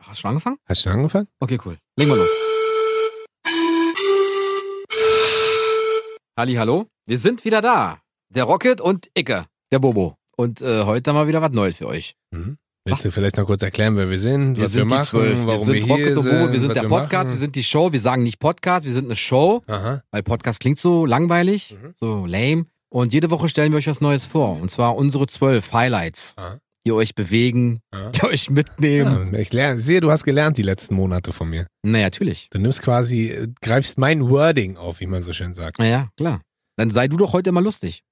Hast du schon angefangen? Hast du schon angefangen? Okay, cool. Legen wir los. Halli, hallo. Wir sind wieder da. Der Rocket und Icke, der Bobo. Und äh, heute haben wir wieder was Neues für euch. Mhm. Willst du vielleicht noch kurz erklären, wer wir sind, was wir machen, wir warum wir sind hier Rocket und sind, Bobo, wir sind was der Podcast, wir machen? sind die Show. Wir sagen nicht Podcast, wir sind eine Show, Aha. weil Podcast klingt so langweilig, Mhm. so lame. Und jede Woche stellen wir euch was Neues vor. Und zwar unsere zwölf Highlights, Aha. die euch bewegen, Aha. die euch mitnehmen. Ah. Ja, ich lerne, sehe, du hast gelernt die letzten Monate von mir. Na, natürlich. Du nimmst quasi, äh, greifst mein Wording auf, wie man so schön sagt. Naja, klar. Dann sei du doch heute mal lustig.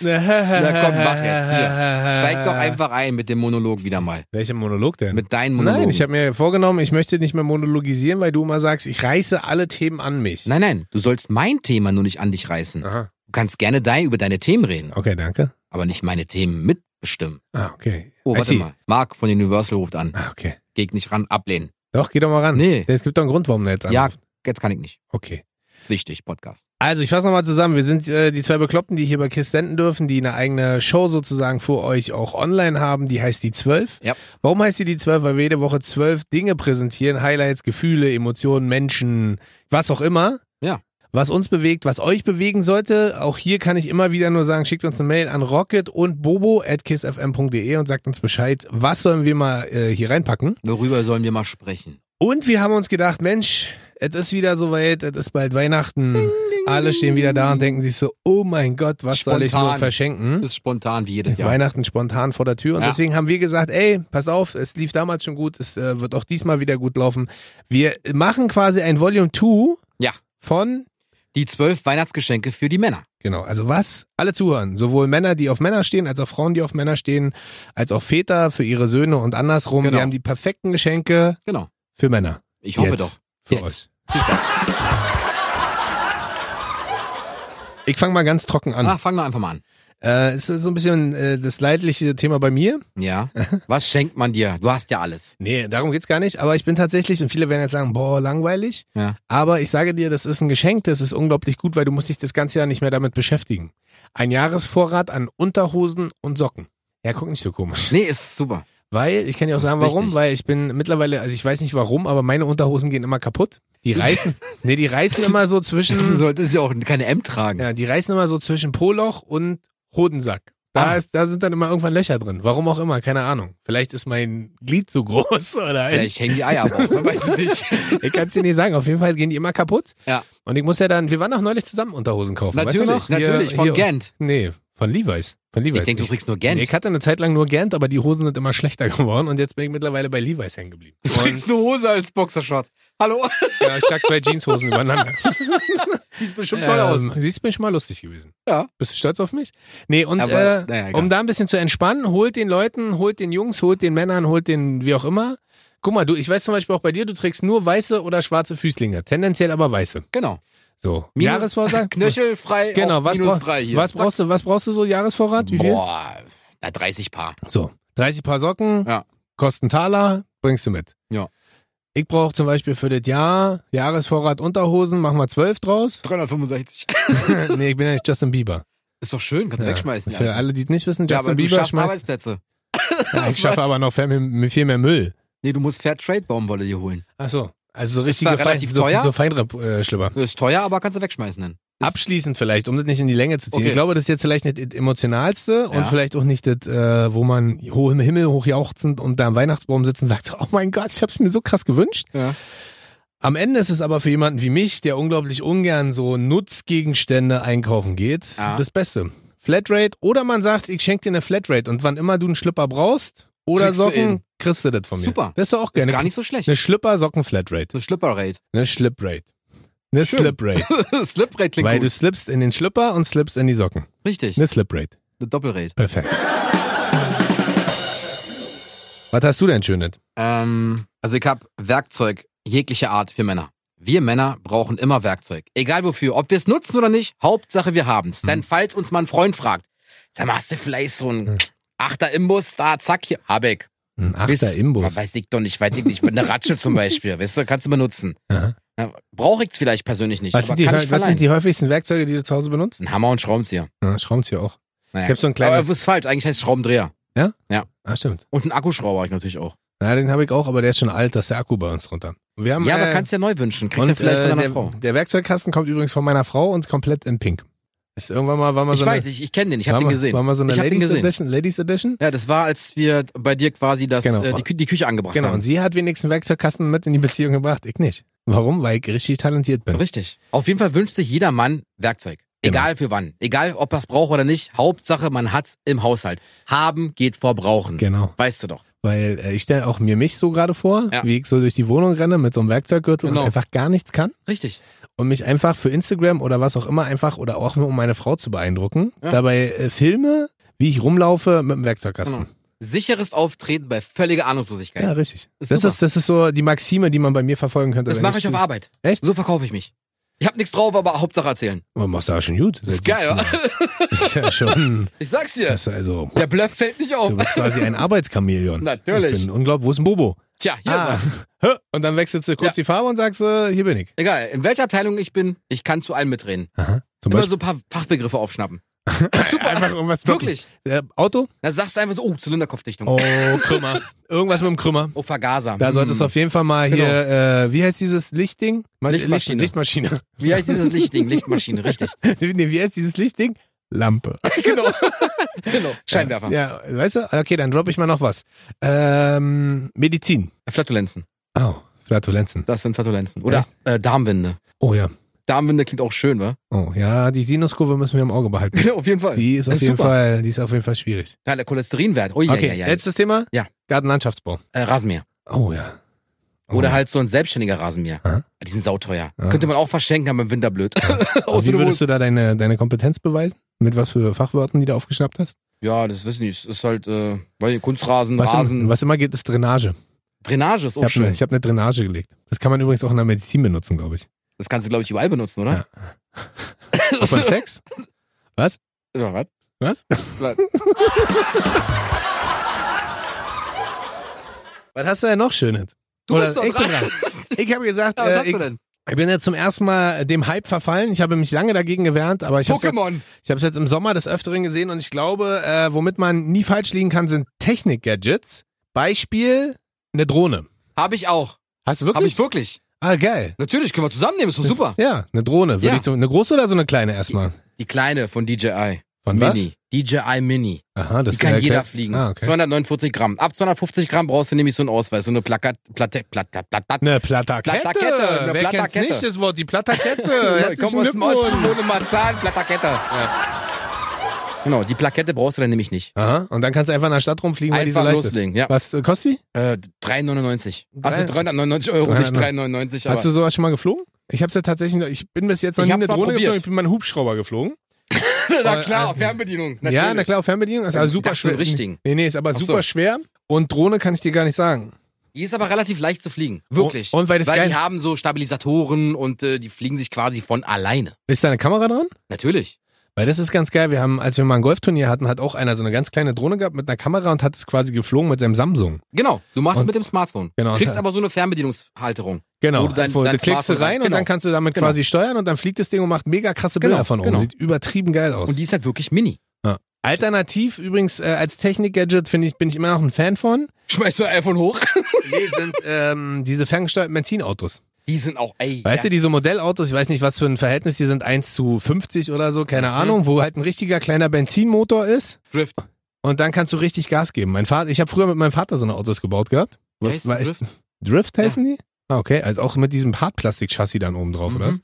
Na komm, mach jetzt hier. Steig Äh. doch einfach ein mit dem Monolog wieder mal. Welcher Monolog denn? Mit deinen Monologen. Nein, ich habe mir vorgenommen, ich möchte nicht mehr monologisieren, weil du immer sagst, ich reiße alle Themen an mich. nein, nein, du sollst mein Thema nur nicht an dich reißen. Aha. Du kannst gerne dein, über deine Themen reden, Okay, danke. aber nicht meine Themen mitbestimmen. Ah, okay. Oh, I warte see. mal. Marc von Universal ruft an. Ah, okay. Geht nicht ran, ablehnen. Doch, geh doch mal ran. Nee. Es gibt doch einen Grund, warum du jetzt Ja, anrufst. jetzt kann ich nicht. Okay. Ist wichtig, Podcast. Also, ich fasse nochmal zusammen. Wir sind äh, die zwei Bekloppten, die hier bei KISS senden dürfen, die eine eigene Show sozusagen für euch auch online haben. Die heißt die 12. Ja. Warum heißt die die 12? Weil wir jede Woche zwölf Dinge präsentieren. Highlights, Gefühle, Emotionen, Menschen, was auch immer. Ja. Was uns bewegt, was euch bewegen sollte. Auch hier kann ich immer wieder nur sagen, schickt uns eine Mail an rocket und bobo at kissfm.de und sagt uns Bescheid, was sollen wir mal äh, hier reinpacken. Worüber sollen wir mal sprechen? Und wir haben uns gedacht, Mensch, es ist wieder soweit, es ist bald Weihnachten. Alle stehen wieder da und denken sich so, oh mein Gott, was soll Mm. ich Spontan. nur verschenken? Ist spontan wie jedes Jahr. Weihnachten spontan vor der Tür. Und Ja. deswegen haben wir gesagt, ey, pass auf, es lief damals schon gut, es äh, wird auch diesmal wieder gut laufen. Wir machen quasi ein Volume 2 Ja. von, Die zwölf Weihnachtsgeschenke für die Männer. genau, also was alle zuhören, sowohl Männer, die auf Männer stehen, als auch Frauen, die auf Männer stehen, als auch Väter für ihre Söhne und andersrum. Genau. Wir haben die perfekten Geschenke Genau. für Männer. Ich hoffe Jetzt. doch. Für Jetzt. euch. Ich fange mal ganz trocken an. Ah, fangen wir einfach mal an. Äh, es ist so ein bisschen äh, das leidliche Thema bei mir. Ja. Was schenkt man dir? Du hast ja alles. Nee, darum geht's gar nicht. Aber ich bin tatsächlich, und viele werden jetzt sagen, boah, langweilig. Ja. Aber ich sage dir, das ist ein Geschenk, das ist unglaublich gut, weil du musst dich das ganze Jahr nicht mehr damit beschäftigen. Ein Jahresvorrat an Unterhosen und Socken. Ja, guck nicht so komisch. Nee, ist super. Weil, ich kann dir auch Das ist sagen, warum, wichtig. weil ich bin mittlerweile, also ich weiß nicht warum, aber meine Unterhosen gehen immer kaputt. Die reißen, nee, die reißen immer so zwischen, Du solltest ja auch keine M tragen. ja, die reißen immer so zwischen Poloch und Hodensack. Da, Ah. ist, da sind dann immer irgendwann Löcher drin. Warum auch immer, keine Ahnung. Vielleicht ist mein Glied zu groß oder Ja, ein, ich hänge die Eier aber auch, man weiß es nicht. Ich kann es dir nicht sagen. Auf jeden Fall gehen die immer kaputt. Ja. Und Und ich muss ja dann, wir waren auch neulich zusammen Unterhosen kaufen. weißt du natürlich, noch? Hier- natürlich, von hier- Gent. Nee, von Levi's. Von Levi's. Ich denke, du kriegst nur Gent. Ich hatte eine Zeit lang nur Gent, aber die Hosen sind immer schlechter geworden und jetzt bin ich mittlerweile bei Levi's hängen geblieben. du kriegst eine Hose als Boxershorts. Hallo? Und, ja, ich trage zwei Jeanshosen übereinander. Sieht bestimmt Ähm, Siehst du, bin schon mal lustig gewesen. Ja. Bist du stolz auf mich? Nee, und Aber, äh, naja, egal. um da ein bisschen zu entspannen, holt den Leuten, holt den Jungs, holt den Männern, holt den wie auch immer. Guck mal, du, ich weiß zum Beispiel auch bei dir, du trägst nur weiße oder schwarze Füßlinge. Tendenziell aber weiße. Genau. So. Minus- Jahresvorrat? Knöchelfrei Genau, auf was, minus brauch- drei hier. was Zack. brauchst du, was brauchst du so Jahresvorrat? Wie viel? Boah, na, 30 Paar. So, 30 Paar Socken, Ja. kosten Taler, bringst du mit. Ja. Ich brauche zum Beispiel für das Jahr Jahresvorrat Unterhosen, machen wir 12 draus. 365. nee, ich bin ja nicht Justin Bieber. Ist doch schön, kannst du ja. wegschmeißen. Für Alter. alle, die es nicht wissen, ja, Justin aber du Bieber schaffst schmeißt. Arbeitsplätze. Ja, ich schaffe aber noch viel mehr, viel mehr Müll. Nee, du musst Fairtrade-Baumwolle dir holen. Ach so, also so richtige zwar relativ so, teuer. so Feinripp, äh, Schlüpper. Das ist teuer, aber kannst du wegschmeißen dann. Abschließend vielleicht, um das nicht in die Länge zu ziehen. Okay. Ich glaube, das ist jetzt vielleicht nicht das Emotionalste Ja. und vielleicht auch nicht das, äh, wo man hoch im Himmel hochjauchzend und da am Weihnachtsbaum sitzt und sagt, oh mein Gott, ich habe es mir so krass gewünscht. Ja. Am Ende ist es aber für jemanden wie mich, der unglaublich ungern so Nutzgegenstände einkaufen geht, Ja. das Beste. Flatrate oder man sagt, ich schenke dir eine Flatrate und wann immer du einen Schlüpper brauchst oder Kriegst du ihn. Socken, kriegst du das von mir. Super. Das ist doch auch Ist gerne. gar nicht so schlecht. Eine Schlüpper-Socken-Flatrate. Eine Schlipperrate. Eine Sliprate. Eine Schön. Sliprate. Sliprate klingt Weil du gut. slippst in den Schlüpper und slippst in die Socken. Richtig, Eine Sliprate. eine ne Doppelrate. Perfekt. Was hast du denn schönes? Ähm, also ich habe Werkzeug jeglicher Art für Männer. Wir Männer brauchen immer Werkzeug. Egal wofür. Ob wir es nutzen oder nicht, Hauptsache wir haben's. Hm. Denn falls uns mal ein Freund fragt, sag mal, hast du vielleicht so einen Hm. Achter Imbus da, zack, hier, hab ich. Ein Bis- achter Man Imbus. weiß ich doch nicht, weiß ich nicht. Eine Ratsche zum Beispiel, weißt du, kannst du benutzen. Aha. Brauche ich vielleicht persönlich nicht, Was aber sind, die, kann was ich verleihen. sind die häufigsten Werkzeuge, die du zu Hause benutzt? Ein Hammer und Schraubenzieher. Ja, Schraubenzieher auch. Naja. Ich hab so ein Aber kleines- das ist falsch, eigentlich heißt es Schraubendreher. Ah, stimmt. Und einen Akkuschrauber hab ich natürlich auch. Na, den habe ich auch, aber der ist schon alt, da ist der Akku bei uns drunter. Und Wir haben, Ja, äh, aber kannst ja neu wünschen. Kriegst und, ja vielleicht äh, von deiner der, Frau. Der Werkzeugkasten kommt übrigens von meiner Frau und ist komplett in Pink. Ist irgendwann mal, war mal Ich so weiß, eine, ich, ich kenne den, ich war habe den mal- gesehen. War mal so eine ich habe den Ladies gesehen. Edition, Ladies Edition. Ja, das war, als wir bei dir quasi das, Genau. äh, die, Kü- die Küche angebracht Genau. Und haben. sie hat wenigstens einen Werkzeugkasten mit in die Beziehung gebracht. Ich nicht. Warum? Weil ich richtig talentiert bin. Richtig. Auf jeden Fall wünscht sich jeder Mann Werkzeug. Genau. Egal für wann. Egal, ob er es braucht oder nicht. Hauptsache, man hat's im Haushalt. Haben geht vor brauchen. Genau. Weißt du doch. Weil äh, ich stelle auch mir mich so gerade vor, Ja. wie ich so durch die Wohnung renne mit so einem Werkzeuggürtel Genau. und einfach gar nichts kann. Richtig. und mich einfach für Instagram oder was auch immer einfach oder auch nur um meine Frau zu beeindrucken, Ja. dabei äh, filme, wie ich rumlaufe mit dem Werkzeugkasten. Genau. Sicheres Auftreten bei völliger Ahnungslosigkeit. Ja, richtig. Ist das, super. ist, das ist so die Maxime, die man bei mir verfolgen könnte. das wenn mache ich auf Arbeit. Echt? So verkaufe ich mich. Ich hab nichts drauf, aber Hauptsache erzählen. Man machst du ja schon gut. Das ist geil, oder? Das ist ja schon. Ich sag's dir. Das ist also, Der Bluff fällt nicht auf. du bist quasi ein Arbeitschamäleon. Natürlich. Ich bin unglaublich. Wo ist ein Bobo? Tja, hier Ah. ist er. Hö, Und dann wechselst du kurz Ja. die Farbe und sagst, äh, hier bin ich. Egal, in welcher Abteilung ich bin, ich kann zu allem mitreden. Aha. Zum Immer Beispiel so ein paar Fachbegriffe aufschnappen. einfach irgendwas. doppeln. Wirklich. Äh, Auto? Da sagst du einfach so, oh, Zylinderkopfdichtung. Oh, Oh, Krümmer. irgendwas mit dem Krümmer. Vergaser. Da solltest du Hm. auf jeden Fall mal hier, äh, wie heißt dieses Lichtding? Ma- Genau. Lichtmaschine. Licht, Lichtmaschine. Wie heißt dieses Lichtding? Lichtmaschine, richtig. nee, wie heißt dieses Lichtding? Lampe. genau. genau. Scheinwerfer. Ja, weißt du? Okay, dann droppe ich mal noch was. Ähm, Medizin. Flatulenzen. Oh, Flatulenzen. Das sind Flatulenzen. Oder äh, Darmwinde. Oh ja. Darmwinde klingt auch schön, wa? Oh ja, die Sinuskurve müssen wir im Auge behalten. Genau, auf jeden Fall. Die ist auf Ist jeden super. Fall, die ist auf jeden Fall schwierig. Ja, der Cholesterinwert. Oh, ja, okay, ja, ja. letztes Thema. Ja. Gartenlandschaftsbau. äh, Rasenmäher. Oh ja. Oh, Oder ja. halt so ein selbstständiger Rasenmäher. Aha. Die sind sauteuer. Ja. Könnte man auch verschenken, aber im Winter blöd. Aber Außer wie du würdest du da deine, deine Kompetenz beweisen? Mit was für Fachwörtern, die du aufgeschnappt hast? Ja, das wissen die. Es ist halt, äh, weil Kunstrasen, Was, Rasen, im, was immer geht, ist Drainage. Drainage ist auch Ich habe Oh, schön. eine hab ne Drainage gelegt. Das kann man übrigens auch in der Medizin benutzen, glaube ich. Das kannst du, glaube ich, überall benutzen, oder? Auch beim Sex? ja, was? Was? Was? Was hast du denn noch Schönes? Du Oder bist doch ich bin dran. dran. Ich habe gesagt, Ja, was hast äh, ich, du denn? ich bin ja zum ersten Mal äh, dem Hype verfallen. Ich habe mich lange dagegen gewehrt, aber ich habe es Pokémon. jetzt, jetzt im Sommer des Öfteren gesehen und ich glaube, äh, womit man nie falsch liegen kann, sind Technik-Gadgets. Beispiel eine Drohne. Habe ich auch. Hast du Habe wirklich? ich wirklich. ah, geil. Natürlich, können wir zusammennehmen. Ist doch super. Ja, eine Drohne. Würde Ja. ich so, eine große oder so eine kleine erstmal? Die kleine von DJI. Von was? Mini. DJI Mini. Aha, das Die kann ist ja jeder klein. fliegen. Ah, okay. 249 Gramm. Ab 250 Gramm brauchst du nämlich so einen Ausweis. So eine Plakat, Platte, Platte, Platte. Eine Plattakette. Plattakette, eine Wer Plattakette. kennt's nicht das Wort? Die Plattakette. Herzlichen Komm aus dem Glückwunsch. Osten. ohne Marzahn, Plakette. Genau, die Plakette brauchst du dann nämlich nicht. Aha, und dann kannst du einfach in der Stadt rumfliegen, weil die so Einfach leicht ist. loslegen, ja. Was äh, kostet die? Äh, 3,99. Drei- Also 399 Euro, nicht 3,99, aber Hast du sowas schon mal geflogen? Ich hab's ja tatsächlich, noch- ich bin bis jetzt noch Ich nie hab's eine mal Drohne probiert. geflogen, ich bin mal einen Hubschrauber geflogen. na äh, klar, äh, Fernbedienung. Ja, natürlich. na klar, auf Fernbedienung, ist aber Ich super dachte schon schwer. richtigen. Nee, nee, ist aber Ach so. super schwer und Drohne kann ich dir gar nicht sagen. Die ist aber relativ leicht zu fliegen, wirklich. Und, und weil das weil geil die haben so Stabilisatoren und äh, die fliegen sich quasi von alleine. ist da eine Kamera dran? Natürlich. Weil das ist ganz geil, wir haben, als wir mal ein Golfturnier hatten, hat auch einer so eine ganz kleine Drohne gehabt mit einer Kamera und hat es quasi geflogen mit seinem Samsung. Genau, du machst Und- mit dem Smartphone. Genau. Kriegst aber so eine Fernbedienungshalterung. Genau. Wo du dein- Wo dein du klickst du Smartphone rein rein- und dann genau. kannst du damit Genau. quasi steuern und dann fliegt das Ding und macht mega krasse Genau, Bilder von oben. genau. Sieht übertrieben geil aus. Und die ist halt wirklich mini. Alternativ übrigens äh, als Technik-Gadget finde ich, bin ich immer noch ein Fan von. Schmeißt du iPhone hoch. Nee, sind ähm, diese ferngesteuerten Benzinautos. Die sind auch, ey. Weißt du, ja. diese Modellautos, ich weiß nicht, was für ein Verhältnis, die sind 1 zu 50 oder so, keine Mhm. Ahnung, wo halt ein richtiger kleiner Benzinmotor ist Drift. und dann kannst du richtig Gas geben. Mein Vater, ich habe früher mit meinem Vater so eine Autos gebaut gehabt. Weißt du, war echt- Drift? Drift heißen die? Ah, okay. Also auch mit diesem Hartplastik-Chassis dann oben drauf, oder Mhm. was?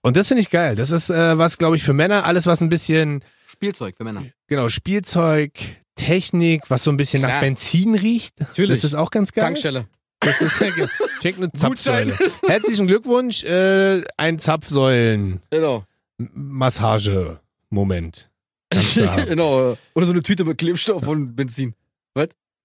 Und das finde ich geil. Das ist äh, was, glaube ich, für Männer, alles, was ein bisschen, Spielzeug für Männer. genau, Spielzeug, Technik, was so ein bisschen Klar. nach Benzin riecht. Natürlich. Das ist auch ganz geil. Tankstelle. Das ist sehr geil. Check eine Gutschein. Zapfsäule. Herzlichen Glückwunsch, äh, ein Zapfsäulen-Massage. Genau. Moment. Kannst du haben. genau. Oder so eine Tüte mit Klebstoff und Benzin.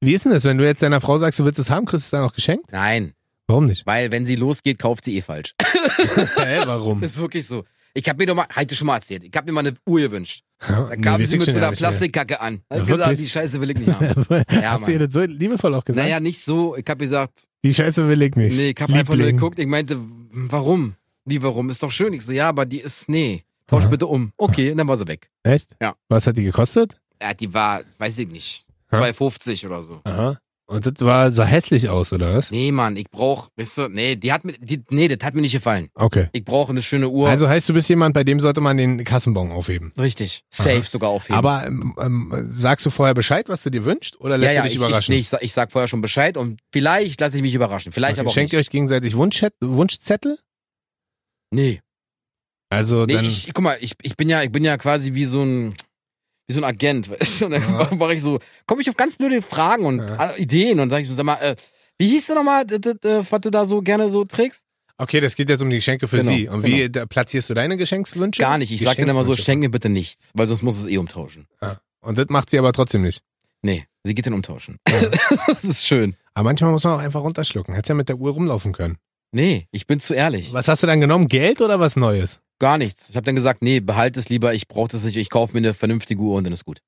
Wie ist denn das, wenn du jetzt deiner Frau sagst, du willst es haben, kriegst du es dann auch geschenkt? Nein, Warum nicht? weil wenn sie losgeht, kauft sie eh falsch. Hä, warum? ist wirklich so. Ich habe mir doch mal, hatte schon mal erzählt, ich habe mir mal eine Uhr gewünscht. Da kam sie mit so einer Plastikkacke an. Da hab ich Ja, gesagt, wirklich? die Scheiße will ich nicht haben. Ja, Hast Mann. du ihr das so liebevoll auch gesagt? Naja, nicht so. Ich habe gesagt, Die Scheiße will ich nicht. nee, ich habe einfach nur Liebling. geguckt. Ich meinte, warum? Wie warum? Ist doch schön. Ich so, ja, aber die ist, nee, tausch Aha. bitte um. Okay, und dann war sie weg. Echt? Ja. Was hat die gekostet? Ja, die war, weiß ich nicht, Hä? 2,50 oder so. Aha. Und das war, sah hässlich aus, oder was? Nee, Mann, ich brauch, weißt du, nee, die hat mir, die, nee, das hat mir nicht gefallen. Okay. Ich brauche eine schöne Uhr. Also heißt, du bist jemand, bei dem sollte man den Kassenbon aufheben. Richtig. Safe Aha. sogar aufheben. Aber ähm, ähm, sagst du vorher Bescheid, was du dir wünschst? Oder lässt ja, ja, du dich ich, ich, überraschen? nee, ich, sag- ich sag vorher schon Bescheid und vielleicht lasse ich mich überraschen. Vielleicht aber auch Schenkt ihr nicht. euch gegenseitig Wunschchat- Wunschzettel? Nee, Also nee dann. ich, guck mal, ich, ich bin ja, ich bin ja quasi wie so ein, wie so ein Agent, weißt du? Und dann Ja. mache ich so, komme ich auf ganz blöde Fragen und äh, Ja. Ideen und sage ich so, sag mal, äh, wie hieß du nochmal, d- d- d- was du da so gerne so trägst? Okay, das geht jetzt um die Geschenke für Genau, sie. Und wie da platzierst du deine Geschenkswünsche? Gar nicht. Ich sag dann immer so, Geschenkswünsche. schenk mir bitte nichts, weil sonst muss es eh umtauschen. Ja. Und das macht sie aber trotzdem nicht. Nee, sie geht dann umtauschen. das ist schön. Aber manchmal muss man auch einfach runterschlucken. Hättest ja mit der Uhr rumlaufen können. Nee, ich bin zu ehrlich. Was hast du dann genommen? Geld oder was Neues? Gar nichts. Ich habe dann gesagt, nee, behalt es lieber, ich brauche das nicht, ich kaufe mir eine vernünftige Uhr und dann ist gut.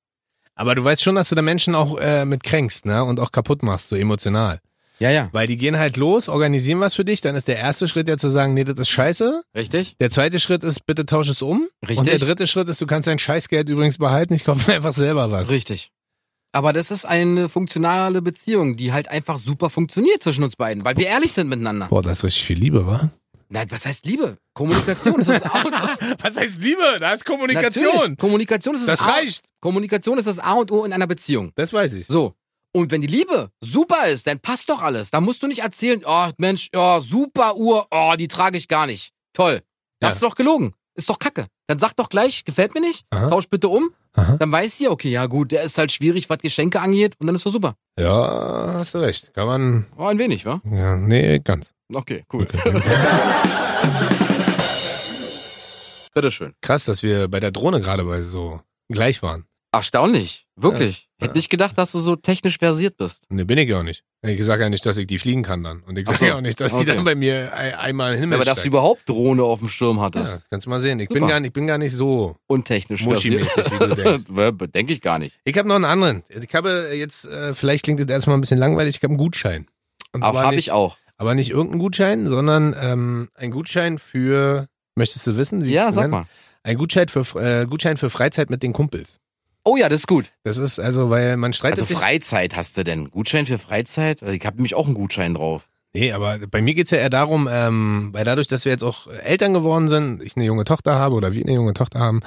Aber du weißt schon, dass du da Menschen auch äh, mit kränkst, ne? Und auch kaputt machst, so emotional. Ja, ja. Weil die gehen halt los, organisieren was für dich, dann ist der erste Schritt ja zu sagen, nee, das ist scheiße. Richtig? Der zweite Schritt ist, bitte tausch es um. Und der Richtig? dritte Schritt ist, du kannst dein Scheißgeld übrigens behalten, ich kaufe mir einfach selber was. Richtig. Aber das ist eine funktionale Beziehung, die halt einfach super funktioniert zwischen uns beiden, weil wir ehrlich sind miteinander. Boah, da ist richtig viel Liebe, wa? Na, was heißt Liebe? Kommunikation ist das A und O. Was heißt Liebe? Da ist Natürlich. Kommunikation ist das, Das A. reicht. Kommunikation ist das A und O in einer Beziehung. Das weiß ich. So. Und wenn die Liebe super ist, dann passt doch alles. Da musst du nicht erzählen, oh Mensch, oh, super Uhr, oh, die trage ich gar nicht. Toll. Das Ja. ist doch gelogen. Ist doch Kacke. Dann sag doch gleich, gefällt mir nicht, Aha. tausch bitte um. Aha. Dann weiß sie, okay, ja gut, der ist halt schwierig, was Geschenke angeht und dann ist doch super. Ja, hast du recht. Kann man. Oh, ein wenig, wa? Ja, nee, ganz. Okay, cool. Okay. Bitteschön. Krass, dass wir bei der Drohne gerade bei so gleich waren. Erstaunlich. Wirklich. Ja. Hätte nicht gedacht, dass du so technisch versiert bist. Ne, bin ich ja auch nicht. Ich sage ja nicht, dass ich die fliegen kann dann. Und ich Ach sage so. ja auch nicht, dass die Okay. dann bei mir ei- einmal in den Himmel Aber dass du steigen. überhaupt Drohne auf dem Schirm ja, hattest. das kannst du mal sehen. Ich bin, Super. gar nicht, ich bin gar nicht so Untechnisch versiert. muschi-mäßig, wie du denkst. Denke ich gar nicht. Ich habe noch einen anderen. Ich habe jetzt, äh, vielleicht klingt das erstmal ein bisschen langweilig, ich habe einen Gutschein. Und Aber habe nicht, ich auch. Aber nicht irgendeinen Gutschein, sondern ähm, ein Gutschein für, möchtest du wissen? Wie Ja, ich's sag nenne? mal. Ein Gutschein für, äh, Gutschein für Freizeit mit den Kumpels. Oh ja, das ist gut. Das ist also, weil man streitet Also sich. Freizeit hast du denn? Gutschein für Freizeit? Also ich habe nämlich auch einen Gutschein drauf. Nee, aber bei mir geht's ja eher darum, ähm, weil dadurch, dass wir jetzt auch Eltern geworden sind, ich eine junge Tochter habe oder wir eine junge Tochter haben,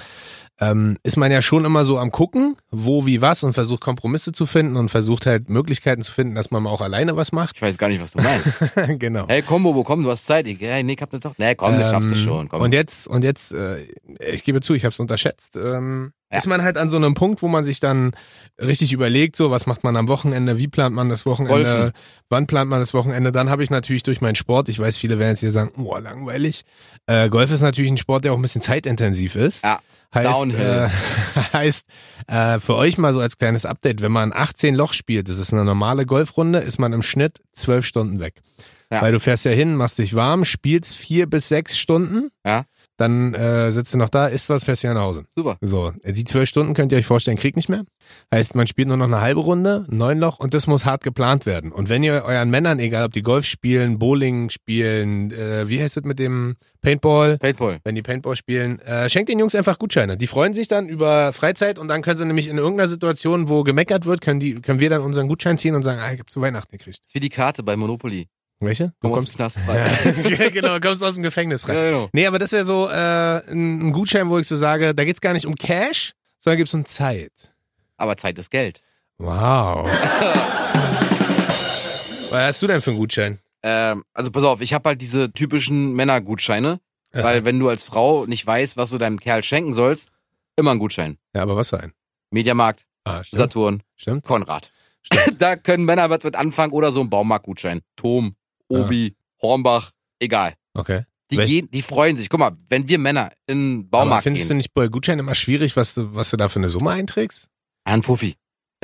ähm, ist man ja schon immer so am gucken, wo, wie, was und versucht Kompromisse zu finden und versucht halt Möglichkeiten zu finden, dass man mal auch alleine was macht. Ich weiß gar nicht, was du meinst. genau. hey, komm, Bobo, komm, du hast Zeit. Ich, hey, nee, ich hab eine Tochter. Nee, komm, das schaffst du Ähm, schon. Komm. Und jetzt, und jetzt, äh, ich gebe zu, ich habe es unterschätzt. Ähm, Ja. Ist man halt an so einem Punkt, wo man sich dann richtig überlegt, so was macht man am Wochenende, wie plant man das Wochenende, Golfen. wann plant man das Wochenende. Dann habe ich natürlich durch meinen Sport, ich weiß, viele werden jetzt hier sagen, oh, langweilig. Äh, Golf ist natürlich ein Sport, der auch ein bisschen zeitintensiv ist. Ja. Heißt, Downhill. äh, heißt äh, für euch mal so als kleines Update, wenn man 18 Loch spielt, das ist eine normale Golfrunde, ist man im Schnitt 12 Stunden weg. Ja. Weil du fährst ja hin, machst dich warm, spielst vier bis sechs Stunden, Ja. dann äh, sitzt du noch da, isst was, fährst ja nach Hause. Super. So, die zwölf Stunden könnt ihr euch vorstellen, kriegt nicht mehr. Heißt, man spielt nur noch eine halbe Runde, neun Loch und das muss hart geplant werden. Und wenn ihr euren Männern, egal ob die Golf spielen, Bowling spielen, äh, wie heißt das mit dem Paintball, Paintball. wenn die Paintball spielen, äh, schenkt den Jungs einfach Gutscheine. Die freuen sich dann über Freizeit und dann können sie nämlich in irgendeiner Situation, wo gemeckert wird, können, die, können wir dann unseren Gutschein ziehen und sagen, ah, ich hab zu Weihnachten gekriegt. Wie die Karte bei Monopoly. Welche? Du Komm aus kommst, dem Knast. Äh, genau, du kommst aus dem Gefängnis rein. genau. Nee, aber das wäre so äh, ein ein Gutschein, wo ich so sage, da geht's gar nicht um Cash, sondern geht's um Zeit. Aber Zeit ist Geld. Wow. Was hast du denn für einen Gutschein? Ähm, also pass auf, ich habe halt diese typischen Männergutscheine, Äh, weil wenn du als Frau nicht weißt, was du deinem Kerl schenken sollst, immer ein Gutschein. Ja, aber was für ein? Mediamarkt, Ah, stimmt. Saturn, stimmt. Konrad. da können Männer was mit anfangen oder so ein Baumarktgutschein. Tom, Obi, Hornbach, egal. Okay. Die, Wel- gehen, die freuen sich. Guck mal, wenn wir Männer in den Aber Baumarkt findest du gehen, nicht bei Gutschein immer schwierig, was du, was du da für eine Summe einträgst? ein Fuffi,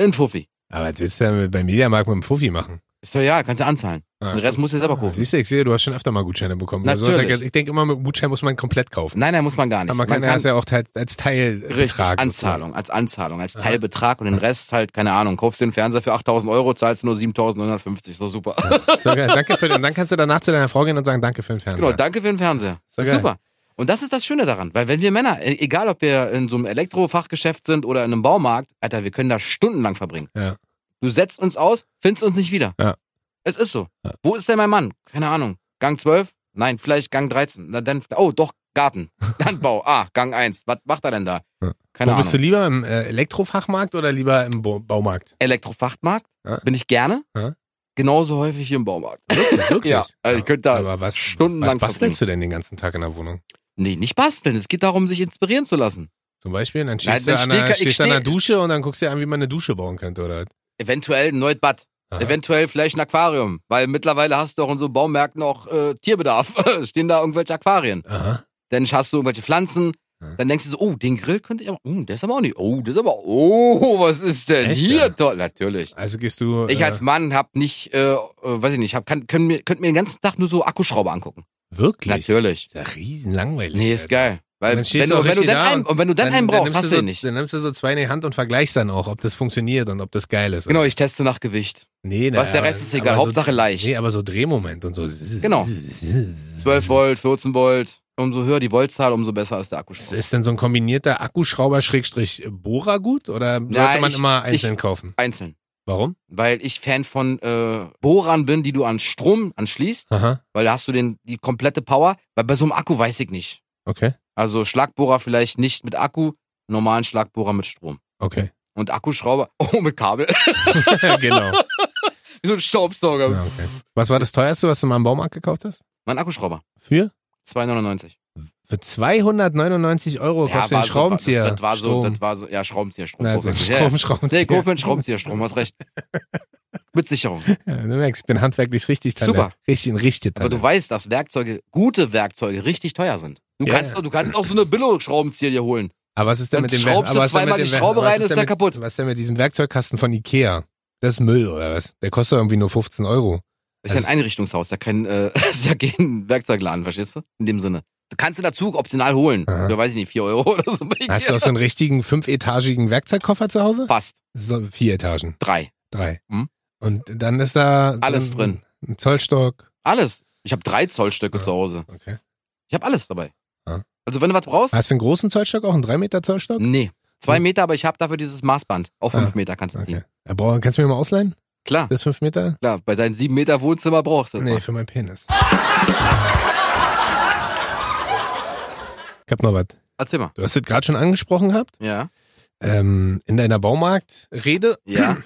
ein Fuffi. Aber das willst du ja beim Mediamarkt mit dem Fuffi machen. Ist ja, ja, kannst du anzahlen. Ah, Den Rest musst du selber Ah, kaufen. Siehst du, ich sehe, du hast schon öfter mal Gutscheine bekommen. Also, Natürlich. Ich denke immer, mit dem Gutschein muss man komplett kaufen. Nein, nein, muss man gar nicht. Aber man kann, das ja auch teil- als Teil Richtig, Anzahlung, als Anzahlung, als Teilbetrag und den Rest halt, keine Ahnung, kaufst den Fernseher für 8000 Euro, zahlst nur 7950, so super. So geil. Danke für den. Und dann kannst du danach zu deiner Frau gehen und sagen, danke für den Fernseher. genau, danke für den Fernseher. So Ist geil. super. Und das ist das Schöne daran, weil wenn wir Männer, e- egal ob wir in so einem Elektrofachgeschäft sind oder in einem Baumarkt, Alter, wir können da stundenlang verbringen. Ja. Du setzt uns aus, findest uns nicht wieder. Ja. Es ist so. Ja. Wo ist denn mein Mann? Keine Ahnung. Gang 12? Nein, vielleicht Gang 13. Na dann, oh, doch, Garten. Landbau. Ah, Gang 1. Was macht er denn da? Ja. Keine Wo bist du Ahnung. lieber im äh, Elektrofachmarkt oder lieber im Bo Baumarkt? Elektrofachmarkt? Ja. Bin ich gerne. Ja. Genauso häufig hier im Baumarkt. Wirklich? Wirklich? Ja, also ich könnte da Aber was, stundenlang was bastelst du denn den ganzen Tag in der Wohnung? Nee, nicht basteln. Es geht darum, sich inspirieren zu lassen. Zum Beispiel, dann Nein, stehst dann du an steh- der, ich stehst an steh- der Dusche und dann guckst du dir an, wie man eine Dusche bauen könnte, oder? Eventuell ein neues Bad. Aha. Eventuell vielleicht ein Aquarium. Weil mittlerweile hast du auch in so Baumärkten auch äh, Tierbedarf. Stehen da irgendwelche Aquarien. Aha. Dann hast du irgendwelche Pflanzen. Ja. Dann denkst du so, oh, den Grill könnte ich aber, oh, der ist aber auch nicht, oh, das ist aber, oh, was ist denn Echt, hier ja? toll? Natürlich. Also gehst du. Ich äh, als Mann hab nicht, äh, äh, weiß ich nicht, hab, kann, können mir, könnt mir den ganzen Tag nur so Akkuschrauber angucken. Wirklich? Natürlich. Ist ja riesenlangweilig. Nee, ist Alter. geil. Weil, Und dann wenn du, stehst du wenn auch du richtig dann da einen, und und wenn du dann, einen brauchst, nimmst hast du so, ihn nicht. Dann nimmst du so zwei in die Hand und vergleichst dann auch, ob das funktioniert und ob das geil ist. Genau, ich teste nach Gewicht. Nee, na, Was, der aber- Rest ist egal. aber Hauptsache leicht. So, nee, aber so Drehmoment und so. Genau. 12 12 Volt, 14 Volt. Umso höher die Voltzahl, umso besser ist der Akkuschrauber. Ist denn so ein kombinierter Akkuschrauber-Bohrer gut? Oder sollte Nein, man ich- immer einzeln kaufen? Einzeln. Warum? Weil ich Fan von äh, Bohrern bin, die du an Strom anschließt, Aha, weil da hast du den, die komplette Power. Weil bei so einem Akku weiß ich nicht. okay. Also Schlagbohrer vielleicht nicht mit Akku, normalen Schlagbohrer mit Strom. Okay, Und Akkuschrauber, oh, mit Kabel. genau. Wie so ein Staubsauger. Ja, okay. Was war das teuerste, was du mal im Baumarkt gekauft hast? Mein Akkuschrauber, Für? 2,99. Für 299 Euro kaufst du war Oh, den so- Schraubenzieher. Das, das war so, Strom. das war so, ja, Schraubenzieher, Strom. Na, also Strom- Strom, Nee, Schraubenzieher. ich hol mir einen Schraubenzieher, Strom, hast recht. Mit Sicherung. Ja, du merkst, ich bin handwerklich richtig Super. talent. Richtig, ein richtig Aber du talent. weißt, dass Werkzeuge, gute Werkzeuge, richtig teuer sind. Du, Ja, kannst, ja. du kannst auch so eine Billo-Schraubenzieher dir holen. Aber was ist denn Dann mit dem schraubst du aber was ist denn zweimal mit dem die Werk- Schraube was rein, ist ist denn der mit, kaputt. Was ist denn mit diesem Werkzeugkasten von Ikea? Das ist Müll, oder was? Der kostet irgendwie nur 15 Euro. Das ist ja Also ein Einrichtungshaus, da kein, äh, ist ja kein Werkzeugladen, verstehst du? In dem Sinne. Du kannst du dazu optional holen. Aha. Da weiß ich nicht, 4 Euro oder so. bei Hast du Ikea. auch so einen richtigen fünfetagigen Werkzeugkoffer zu Hause? Fast. So, vier Etagen. Drei. Drei. Mhm. Und dann ist da. Alles drin. Ein Zollstock. Alles. Ich habe drei Zollstöcke Ja. zu Hause. Okay. Ich habe alles dabei. Ja. Also wenn du was brauchst, Hast du einen großen Zollstock auch? Einen drei Meter Zollstock? nee. Zwei Hm. Meter, aber ich habe dafür dieses Maßband. Auf fünf Ah. Meter kannst du Okay. ziehen. Ja, boah, kannst du mir mal ausleihen? Klar, Das fünf Meter? klar. Bei deinem sieben Meter Wohnzimmer brauchst du das. Nee, für meinen Penis. Ich hab noch was. Erzähl mal. Du hast es gerade schon angesprochen gehabt. Ja. Ähm, in deiner Baumarktrede. Ja. Ah.